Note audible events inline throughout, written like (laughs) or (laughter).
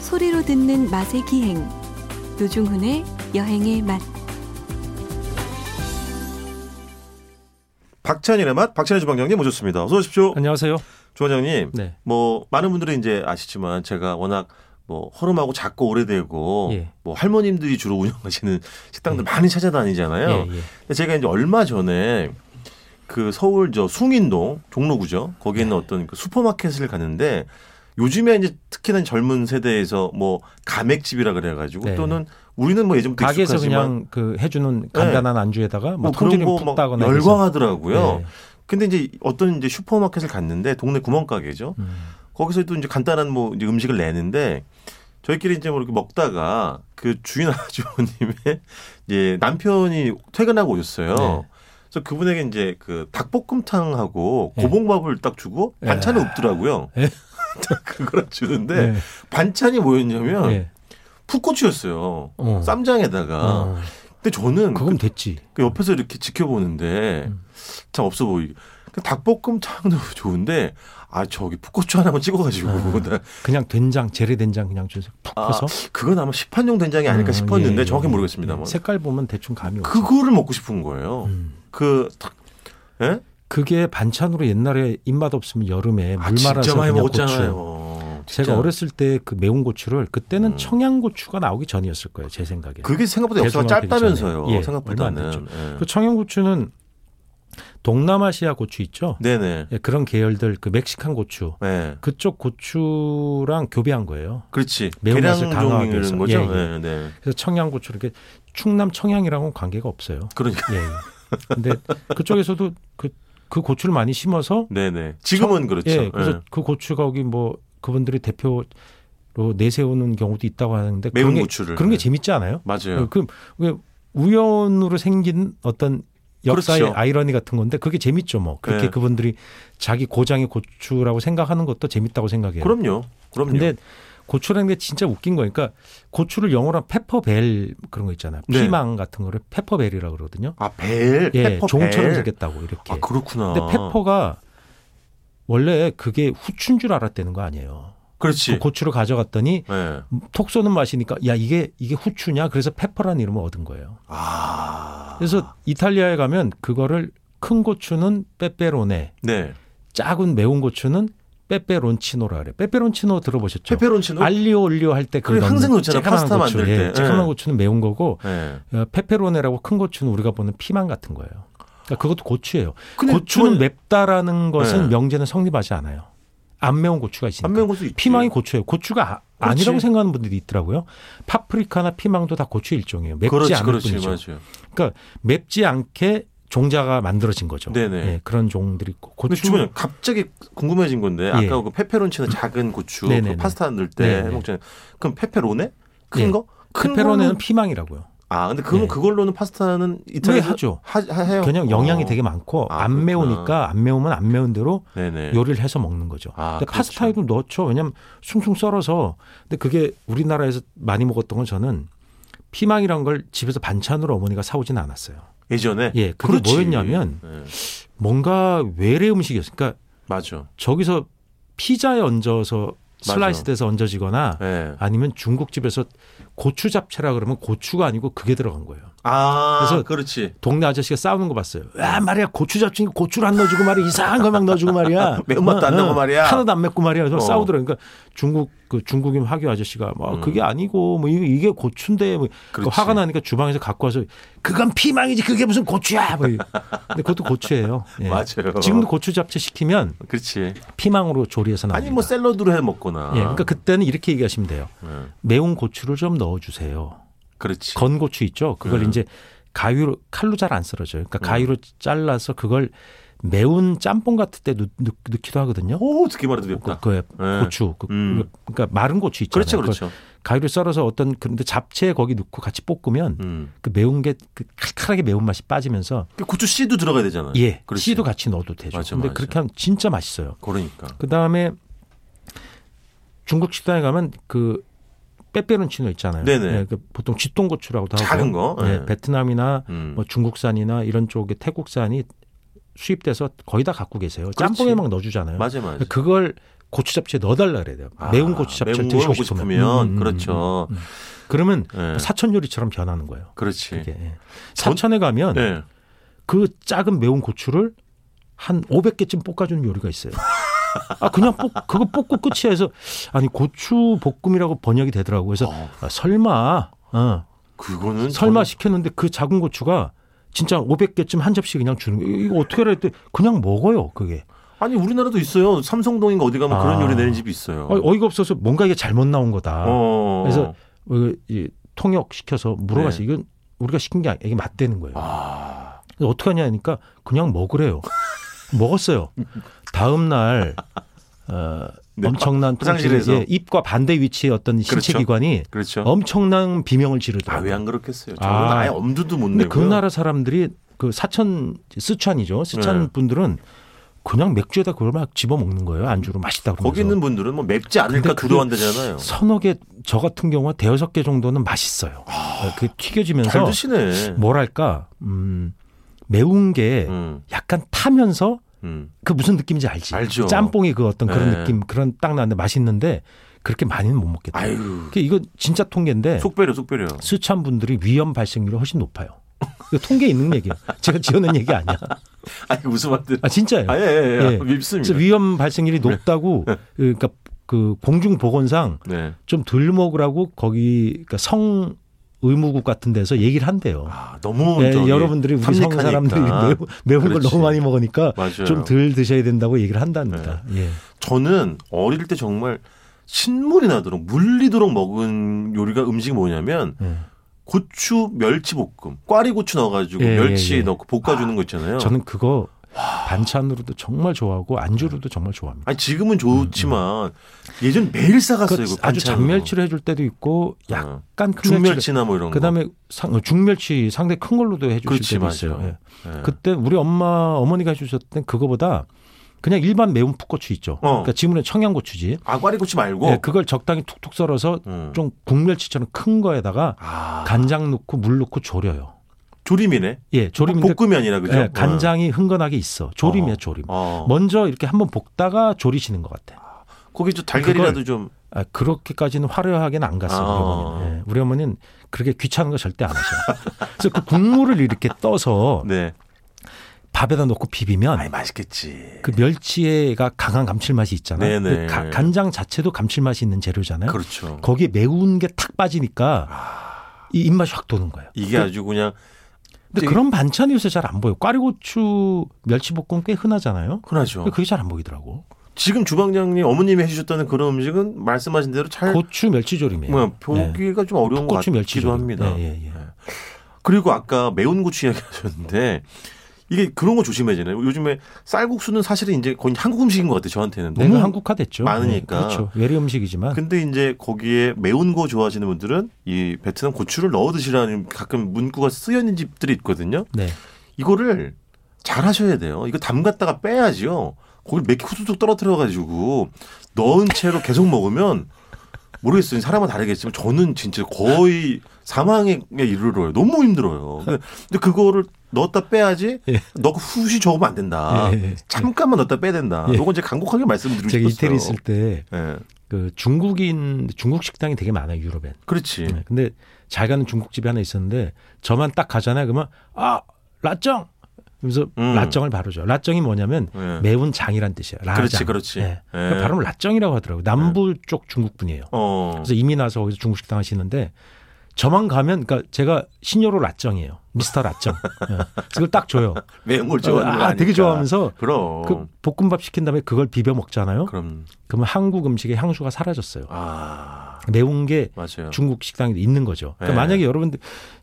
소리로 듣는 맛의 기행 노중훈의 여행의 맛 박찬일의 맛, 박찬일 주방장님 모셨습니다. 어서 오십시오. 안녕하세요. 주방장님, 네. 뭐 많은 분들이 이제 아시지만 제가 워낙 뭐 허름하고 작고 오래되고 예. 네. 뭐 할머님들이 주로 운영하시는 식당들 많이 찾아다니잖아요. 예, 예. 근데 제가 이제 얼마 전에 그 서울 저 숭인동 종로구죠. 거기 네. 있는 어떤 그 슈퍼마켓을 갔는데 요즘에 이제 특히나 젊은 세대에서 뭐 가맥집이라 그래가지고 네. 또는 우리는 뭐 예전부터 가게에서 익숙하지만 네. 그냥 그 해주는 간단한 안주에다가 뭐 뭐 그런 통조림 거 막 푹따거나 네. 열광하더라고요. 근데 이제 어떤 이제 슈퍼마켓을 갔는데 동네 구멍가게죠. 거기서 또 이제 간단한 뭐 이제 음식을 내는데 저희끼리 이제 뭐 이렇게 먹다가 그 주인 (laughs) 아주머님의 이제 남편이 퇴근하고 오셨어요. 네. 그래서 그분에게 이제 그 닭볶음탕하고 네. 고봉밥을 딱 주고 네. 반찬은 없더라고요. 네. (laughs) 딱 그걸 주는데 반찬이 뭐였냐면 풋고추였어요. 어. 쌈장에다가. 네. 어. 근데 저는 그건 됐지. 그 옆에서 이렇게 지켜보는데 음. 참 없어 보이. 그 닭볶음탕도 (laughs) 좋은데 아 저기 풋고추 하나만 찍어가지고 (laughs) 아. 나 그냥 된장, 재래 된장 그냥 줘서 푹 아, 퍼서 그건 아마 시판용 된장이 아닐까 음, 싶었는데 예, 정확히 예. 모르겠습니다만 뭐. 색깔 보면 대충 감이 오죠. 그거를 먹고 싶은 거예요. 음. 그 탁- 예? 그게 반찬으로 옛날에 입맛 없으면 여름에 물 아, 말아서 진짜 많이 그냥 먹었잖아요. 고추. 진짜. 제가 어렸을 때 그 매운 고추를 그때는 음. 청양고추가 나오기 전이었을 거예요. 제 생각에. 그게 생각보다 역사가 대중화되기 짧다면서요. 전에. 예, 얼마 생각보다는 안 예. 그 청양고추는 동남아시아 고추 있죠. 네네. 예, 그런 계열들 그 멕시칸 고추 예. 그쪽 고추랑 교배한 거예요. 그렇지. 매운 계량 맛을 강화하기 종류는 위해서. 거죠. 예, 예, 네. 그래서 청양고추 이렇게 충남 청양이랑은 관계가 없어요. 그러니까 예. 예. 근데 그쪽에서도 그, 그 고추를 많이 심어서 네네. 지금은 그렇죠. 예. 그래서 예. 그 고추가 여기 뭐 그분들이 대표로 내세우는 경우도 있다고 하는데 매운 그런 게, 고추를. 그런 게 예. 재밌지 않아요? 맞아요. 그 그, 우연으로 생긴 어떤 역사의 그렇죠. 아이러니 같은 건데 그게 재밌죠 뭐 그렇게 예. 그분들이 자기 고장의 고추라고 생각하는 것도 재밌다고 생각해요. 그럼요. 그럼요. 예. 근데 고추라는 게 진짜 웃긴 거니까 고추를 영어로 하면 페퍼벨 그런 거 있잖아요. 네. 피망 같은 거를 페퍼벨이라고 그러거든요. 아, 벨, 예, 페퍼 종처럼 벨. 생겼다고 이렇게. 아, 그렇구나. 근데 페퍼가 원래 그게 후추인 줄 알았다는 거 아니에요. 그렇지. 그 고추를 가져갔더니 예. 톡 쏘는 맛이니까 야 이게 이게 후추냐 그래서 페퍼라는 이름을 얻은 거예요. 아. 그래서 이탈리아에 가면 그거를 큰 고추는 빼빼로네, 네. 작은 매운 고추는 빼빼론치노라 그래. 빼빼론치노 들어보셨죠? 페페론치노? 알리오 올리오 할 때그 그래, 항상 넣잖아, 파스타 만들 때. 예, 쬐끄만 예. 고추는 매운 거고 예. 어, 페페로네라고 큰 고추는 우리가 보는 피망 같은 거예요. 그러니까 그것도 고추예요. 근데 고추는 그건- 맵다라는 것은 예. 명제는 성립하지 않아요. 안 매운 고추가 있으니까. 안 매운 것도 있지. 피망이 고추예요. 고추가 아, 그렇지. 니라고 생각하는 분들이 있더라고요. 파프리카나 피망도 다 고추 일종이에요. 맵지 그렇지, 않을 그렇지, 뿐이죠. 맞아요. 그러니까 맵지 않게 종자가 만들어진 거죠. 네네. 예, 그런 종들이 있고 근데 고추 주변에 갑자기 궁금해진 건데 아까 예. 그 페페론치는 작은 고추 네네네. 그 파스타 넣을 네네. 때 해먹잖아요. 그럼 페페로네? 큰 예. 거? 큰 페페로네는 거는- 피망이라고요. 아 근데 그건 예. 그걸로는 파스타는 왜 이탈리아에서 하죠? 하, 하- 해요. 그냥 영양이 어. 되게 많고 아, 안 그렇구나. 매우니까 안 매우면 안 매운 대로 네네. 요리를 해서 먹는 거죠. 예. 아, 근데 그렇죠. 파스타에도 넣죠. 왜냐면 숭숭 썰어서. 근데 그게 우리나라에서 많이 먹었던 건 저는 피망이란 걸 집에서 반찬으로 어머니가 사오진 않았어요. 예전에 예, 그게 그렇지. 뭐였냐면 예. 뭔가 외래 음식이었어요. 그러니까 맞아. 저기서 피자에 얹어서 슬라이스 맞아. 돼서 얹어지거나 예. 아니면 중국집에서 고추 잡채라 그러면 고추가 아니고 그게 들어간 거예요. 아 그래서- 그렇지. 동네 아저씨가 싸우는 거 봤어요. 야 말이야 고추 잡채니 고추를 안 넣어주고 말이야 이상한 거 막 넣어주고 말이야 (laughs) 매운맛도 안 어, 나고 어. 말이야. 하나도 안 맵고 말이야 그래서 어. 싸우더라고. 그러니까 중국 그 중국인 화교 아저씨가 뭐 음. 그게 아니고 뭐 이게, 이게 고추인데 뭐 그렇지. 화가 나니까 주방에서 갖고 와서 그건 피망이지 그게 무슨 고추야. 뭐 이래. 근데 그것도 고추예요. (laughs) 예. 맞아요. 지금도 고추 잡채 시키면 그렇지. 피망으로 조리해서 나옵니다. 아니 뭐 아. 샐러드로 해 먹거나. 예, 그러니까 그때는 이렇게 얘기하시면 돼요. 예. 매운 고추를 좀 넣어주세요. 그렇지. 건고추 있죠. 그걸 음. 이제 가위로 칼로 잘 안 썰어져요. 그러니까 네. 가위로 잘라서 그걸 매운 짬뽕 같을 때 넣, 넣, 넣기도 하거든요. 오 어떻게 말해도 그, 됐다. 그 예. 고추, 그, 음. 그러니까 마른 고추 있잖아요. 그렇죠, 그렇죠. 그걸 가위로 썰어서 어떤 그런데 잡채 거기 넣고 같이 볶으면 음. 그 매운 게그 칼칼하게 매운 맛이 빠지면서 그 고추 씨도 들어가야 되잖아요. 예 네. 그렇지. 씨도 같이 넣어도 되죠. 맞아, 근데 맞아. 그렇게 하면 진짜 맛있어요. 그러니까. 그 다음에 중국 식당에 가면 그 빼빼론치노 있잖아요. 네네. 예, 그 보통 쥐똥고추라고도 하고 작은 거. 예, 예. 베트남이나 음. 뭐 중국산이나 이런 쪽에 태국산이 수입돼서 거의 다 갖고 계세요. 그렇지. 짬뽕에 막 넣어주잖아요. 맞아 맞아. 예. 그걸 고추 잡채 넣어달라 그래야 돼요. 아, 매운 고추 잡채 매운 걸 드시고 먹고 싶으면. 음, 음, 그렇죠. 음. 그러면 예. 사천 요리처럼 변하는 거예요. 그렇지. 그게. 예. 전- 사천에 가면 예. 그 작은 매운 고추를 한 500개쯤 볶아주는 요리가 있어요. 아 그냥 볶, 그거 볶고 끝이야 해서 아니 고추 볶음이라고 번역이 되더라고. 그래서 어, 아, 설마 어, 그거는 설마 시켰는데 그 작은 고추가 진짜 500개쯤 한 접시 그냥 주는 거예요. 이거 어떻게 알아야 돼? 그냥 먹어요 그게. 저는- 아니 우리나라도 있어요. 삼성동인가 어디 가면 그런 아. 요리 내는 집이 있어요. 어, 어이가 없어서 뭔가 이게 잘못 나온 거다. 어. 네. 그래서 어, 이 통역 시켜서 물어봤어요. 이건 우리가 시킨 게 아니, 이게 맞대는 거예요. 아. 어떻게 하냐 하니까 그냥 먹으래요. 먹었어요. 다음 날 어, 네, 엄청난 통증, 화장실에서. 예, 입과 반대 위치의 어떤 신체 그렇죠. 기관이 그렇죠. 엄청난 비명을 아, 지르더라고요. 왜 안 그렇겠어요? 저는 어? 아. 아. 예 엄두도 못 근데 내고요. 그 나라 사람들이 그 사천 스촨이죠. 스촨 네. 분들은 그냥 맥주에다 그걸 막 집어 먹는 거예요. 안주로 맛있다 그러면서. 거기 있는 분들은 뭐 맵지 근데 않을까 그게 두려워한다잖아요. 서너 개 저 같은 경우가 대여섯 개 정도는 맛있어요. 그 아, 잘 튀겨지면서 드시네. 뭐랄까 음, 매운 게 음, 약간 타면서 음. 그 무슨 느낌인지 알지? 알죠. 그 짬뽕이 그 어떤 그런 네. 느낌 그런 딱 나는데 맛있는데 그렇게 많이는 못 먹겠다. 아유. 그 이거 진짜 통계인데 속 배려, 속 배려. 수천 분들이 위험 발생률이 훨씬 높아요. 이거 통계 있는 얘기예요. 제가 지어낸 얘기 아니야. (laughs) 아니, 무슨 말들. 아 진짜예요. 아, 예, 네. 예, 예. 예. 밉습니다. 그래서 위험 발생률이 높다고 그러니까 그 공중 보건상 네. 좀 덜 먹으라고 거기 그러니까 성 의무국 같은 데서 얘기를 한대요. 아, 너무 예, 저기 여러분들이 우리 성 탐닉하니까. 사람들이 매운, 매운 걸 그렇지. 너무 많이 먹으니까 맞아요. 네. 좀 덜 드셔야 된다고 얘기를 한답니다. 예. 저는 어릴 때 정말 신물이 나도록 물리도록 먹은 요리가 음식이 뭐냐면 예. 고추 멸치 볶음, 꽈리 고추 넣어가지고 예, 멸치 예, 예. 넣고 볶아주는 거 있잖아요. 저는 그거 반찬으로도 정말 좋아하고 네. 안주로도 정말 좋아합니다. 아니 지금은 좋지만 예전 매일 싸갔어요. 음, 그 이거 반찬으로. 아주 장멸치를 해줄 때도 있고 약간 어. 큰 멸치, 중멸치나 뭐 이런 거. 그다음에 상, 어, 중멸치 상대 큰 걸로도 해주실 그렇지, 때도 맞아요. 있어요. 예. 예. 그때 우리 엄마 어머니가 해주셨던 그거보다 그냥 일반 매운 풋고추 있죠. 어. 그러니까 지금은 청양고추지. 아 꽈리 고추 말고. 예, 그걸 적당히 툭툭 썰어서 음. 좀 국멸치처럼 큰 거에다가 아, 간장 넣고 물 넣고 졸여요. 조림이네. 아, 예, 졸이면 볶음이 아니라 그죠? 네. 예, 간장이 뭐, 흥건하게 있어. 졸임이야 어. 졸임. 어. 먼저 이렇게 한번 볶다가 졸이시는 것 같아. 거기 좀 달걀이라도 좀. 아, 그렇게까지는 화려하게는 안 아. 갔어요. 우리 어머니는. 예, 우리 어머니는 그렇게 귀찮은 거 절대 안 하셔. 그래서 그 국물을 이렇게 떠서 네. 밥에다 넣고 비비면 아이 맛있겠지. 그 멸치에가 강한 감칠맛이 있잖아요. 네네. 그 가- 간장 자체도 감칠맛이 있는 재료잖아요. 그렇죠. 거기에 매운 게 탁 빠지니까 아. 이 입맛이 확 도는 거예요. 이게 아주 그냥 근데 되게- 그런 반찬이 요새 잘 안 보여요. 꽈리고추 멸치볶음 꽤 흔하잖아요. 흔하죠. 근데 그게 잘 안 보이더라고. 지금 주방장님 어머님이 해주셨다는 그런 음식은 말씀하신 대로 잘 고추 멸치조림이에요. 뭐야 보기가 좀 어려운 것 고추 같기도 멸치조림. 합니다. 예, 예, 예. 그리고 아까 매운 고추 이야기하셨는데 이게 그런 거 조심해야 되나요? 요즘에 쌀국수는 사실은 이제 거의 한국 음식인 것 같아요. 저한테는 너무 너무 한국화 됐죠. 많으니까. 그렇죠. 외래 음식이지만 근데 이제 거기에 매운 거 좋아하시는 분들은 이 베트남 고추를 넣어 드시라는 가끔 문구가 쓰여 있는 집들이 있거든요. 네. 이거를 잘 하셔야 돼요. 이거 담갔다가 빼야지요. 거기 몇개 후두둑 떨어뜨려 가지고 넣은 채로 계속 먹으면 모르겠어요. 사람은 다르겠지만 저는 진짜 거의 사망에 이르러요. 너무 힘들어요. 근데 근데 그거를 넣었다 빼야지 예. 넣고 후시 적으면 안 된다. 예, 예. 잠깐만 넣었다 빼야 된다. 예. 이건 제가 간곡하게 말씀드리고 제가 싶었어요. 이태리 있을 때 그 예. 중국인 중국 식당이 되게 많아요 유럽엔. 그렇지. 네. 근데 잘 가는 중국집이 하나 있었는데 저만 딱 가잖아요. 그러면 아 라쩡. 그래서 음. 라쩡을 바르죠. 라쩡이 뭐냐면 예. 매운 장이란 뜻이에요. 라장. 그렇지, 그렇지. 예. 예. 그러니까 발음을 라쩡이라고 하더라고요. 남부 쪽 중국 분이에요. 어. 그래서 이미 나서 거기서 중국 식당 하시는데 저만 가면 그러니까 제가 신여로 라쩡이에요. 미스터 라쩡. 예. 그래서 그걸 딱 줘요. 매운 걸 좋아하는 걸 아, 되게 아니까. 좋아하면서 그럼. 그 볶음밥 시킨 다음에 그걸 비벼 먹잖아요. 어. 그럼 그러면 한국 음식의 향수가 사라졌어요. 아 매운 게 맞아요. 중국 식당에 있는 거죠. 그러니까 어. 네. 만약에 여러분들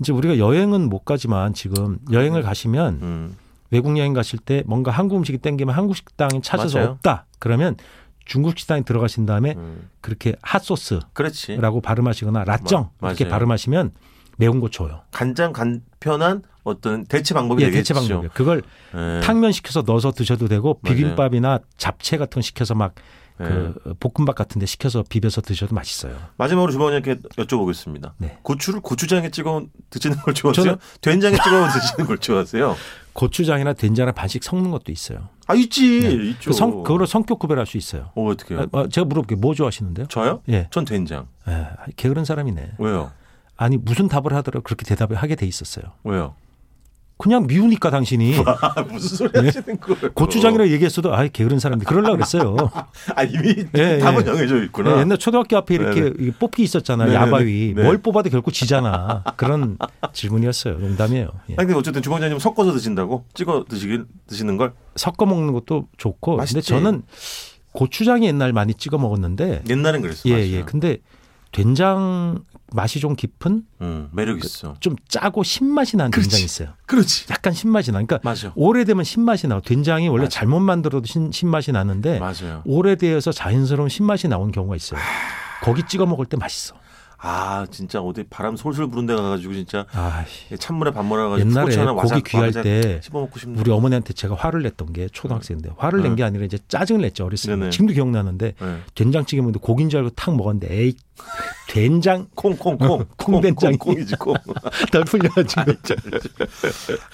이제 우리가 여행은 못 가지만 지금 여행을 가시면 음. 외국 여행 가실 때 뭔가 한국 음식이 땡기면 한국 식당이 찾아서 맞아요. 없다. 그러면 중국 식당에 들어가신 다음에 음. 그렇게 핫소스라고 그렇지. 발음하시거나 라쩡 마- 이렇게 맞아요. 발음하시면 매운 거 줘요. 간장 간편한 어떤 대체 방법이 예, 대체 되겠죠. 방법이에요. 그걸 예. 탕면 시켜서 넣어서 드셔도 되고 맞아요. 예. 비빔밥이나 잡채 같은 거 시켜서 막 그 볶음밥 같은데 시켜서 비벼서 드셔도 맛있어요. 마지막으로 주방장님께 여쭤보겠습니다. 네. 고추를 고추장에 찍어 드시는 걸 좋아하세요? 된장에 찍어 (laughs) 드시는 걸 좋아하세요? 고추장이나 된장이나 반씩 섞는 것도 있어요. 아 있지 있죠. 그 성, 그거로 성격 구별할 수 있어요. 어, 어떻게 해요? 아, 아, 제가 물어볼게요. 뭐 좋아하시는데요? 저요? 예. 전 된장. 예, 게으른 사람이네. 왜요? 아니 무슨 답을 하더라도 그렇게 대답을 하게 돼 있었어요. 왜요? 네. 그냥 미우니까 당신이 (laughs) 아, 무슨 소리 하시는 거예요? 고추장이라 얘기했어도 아 그런 사람들 그러려고 그랬어요. 아 이미 예, 답은 예. 정해져 있구나. 예, 옛날 초등학교 앞에 이렇게 네네. 이게 뽑기 있었잖아요. 네네네. 야바위. 네. 뭘 뽑아도 결국 지잖아. 그런 질문이었어요. 농담이에요. 예. 아니, 근데 어쨌든 주방장님 섞어서 드신다고 찍어 드시긴 드시는 걸 섞어 먹는 것도 좋고. 근데 맛있지. 저는 고추장이 옛날 많이 찍어 먹었는데 옛날엔 그랬어. 예, 맞아요. 예. 근데 된장 맛이 좀 깊은 음, 매력 있어. 좀 짜고 신맛이 난 그렇지. 된장이 있어요. 그렇지. 약간 신맛이 나. 그러니까 맞아. 오래되면 신맛이 나고 된장이 원래 맞아. 잘못 만들어도 신, 신맛이 나는데 맞아요. 오래되어서 자연스러운 신맛이 나온 경우가 있어요. 거기 찍어 먹을 때 맛있어. 아 진짜 어디 바람 솔솔 부는 데 가가지고 진짜 예, 아, 찬물에 밥 말아가지고 옛날에 고추 하나 고기 와삭 귀할 와삭 때 씹어 먹고 싶네. 우리 어머니한테 제가 화를 냈던 게 초등학생인데 화를 낸 게 아니라 이제 짜증을 냈죠 어렸을 때. 네네. 지금도 기억나는데 네. 된장찌개 먹는데 고기인 줄 알고 탁 먹었는데 에이 된장 콩콩콩 (laughs) 콩된장이. 콩이지 (laughs) 콩. 덜 풀려가지고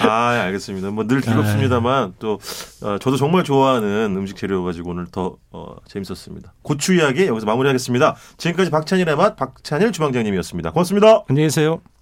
아 예, 알겠습니다. 뭐 늘 아, 예. 즐겁습니다만 또 어, 저도 정말 좋아하는 음식 재료 가지고 오늘 더 어, 재밌었습니다. 고추 이야기 여기서 마무리하겠습니다. 지금까지 박찬일의 맛 박찬일 주방장님이었습니다. 고맙습니다. 안녕히 계세요.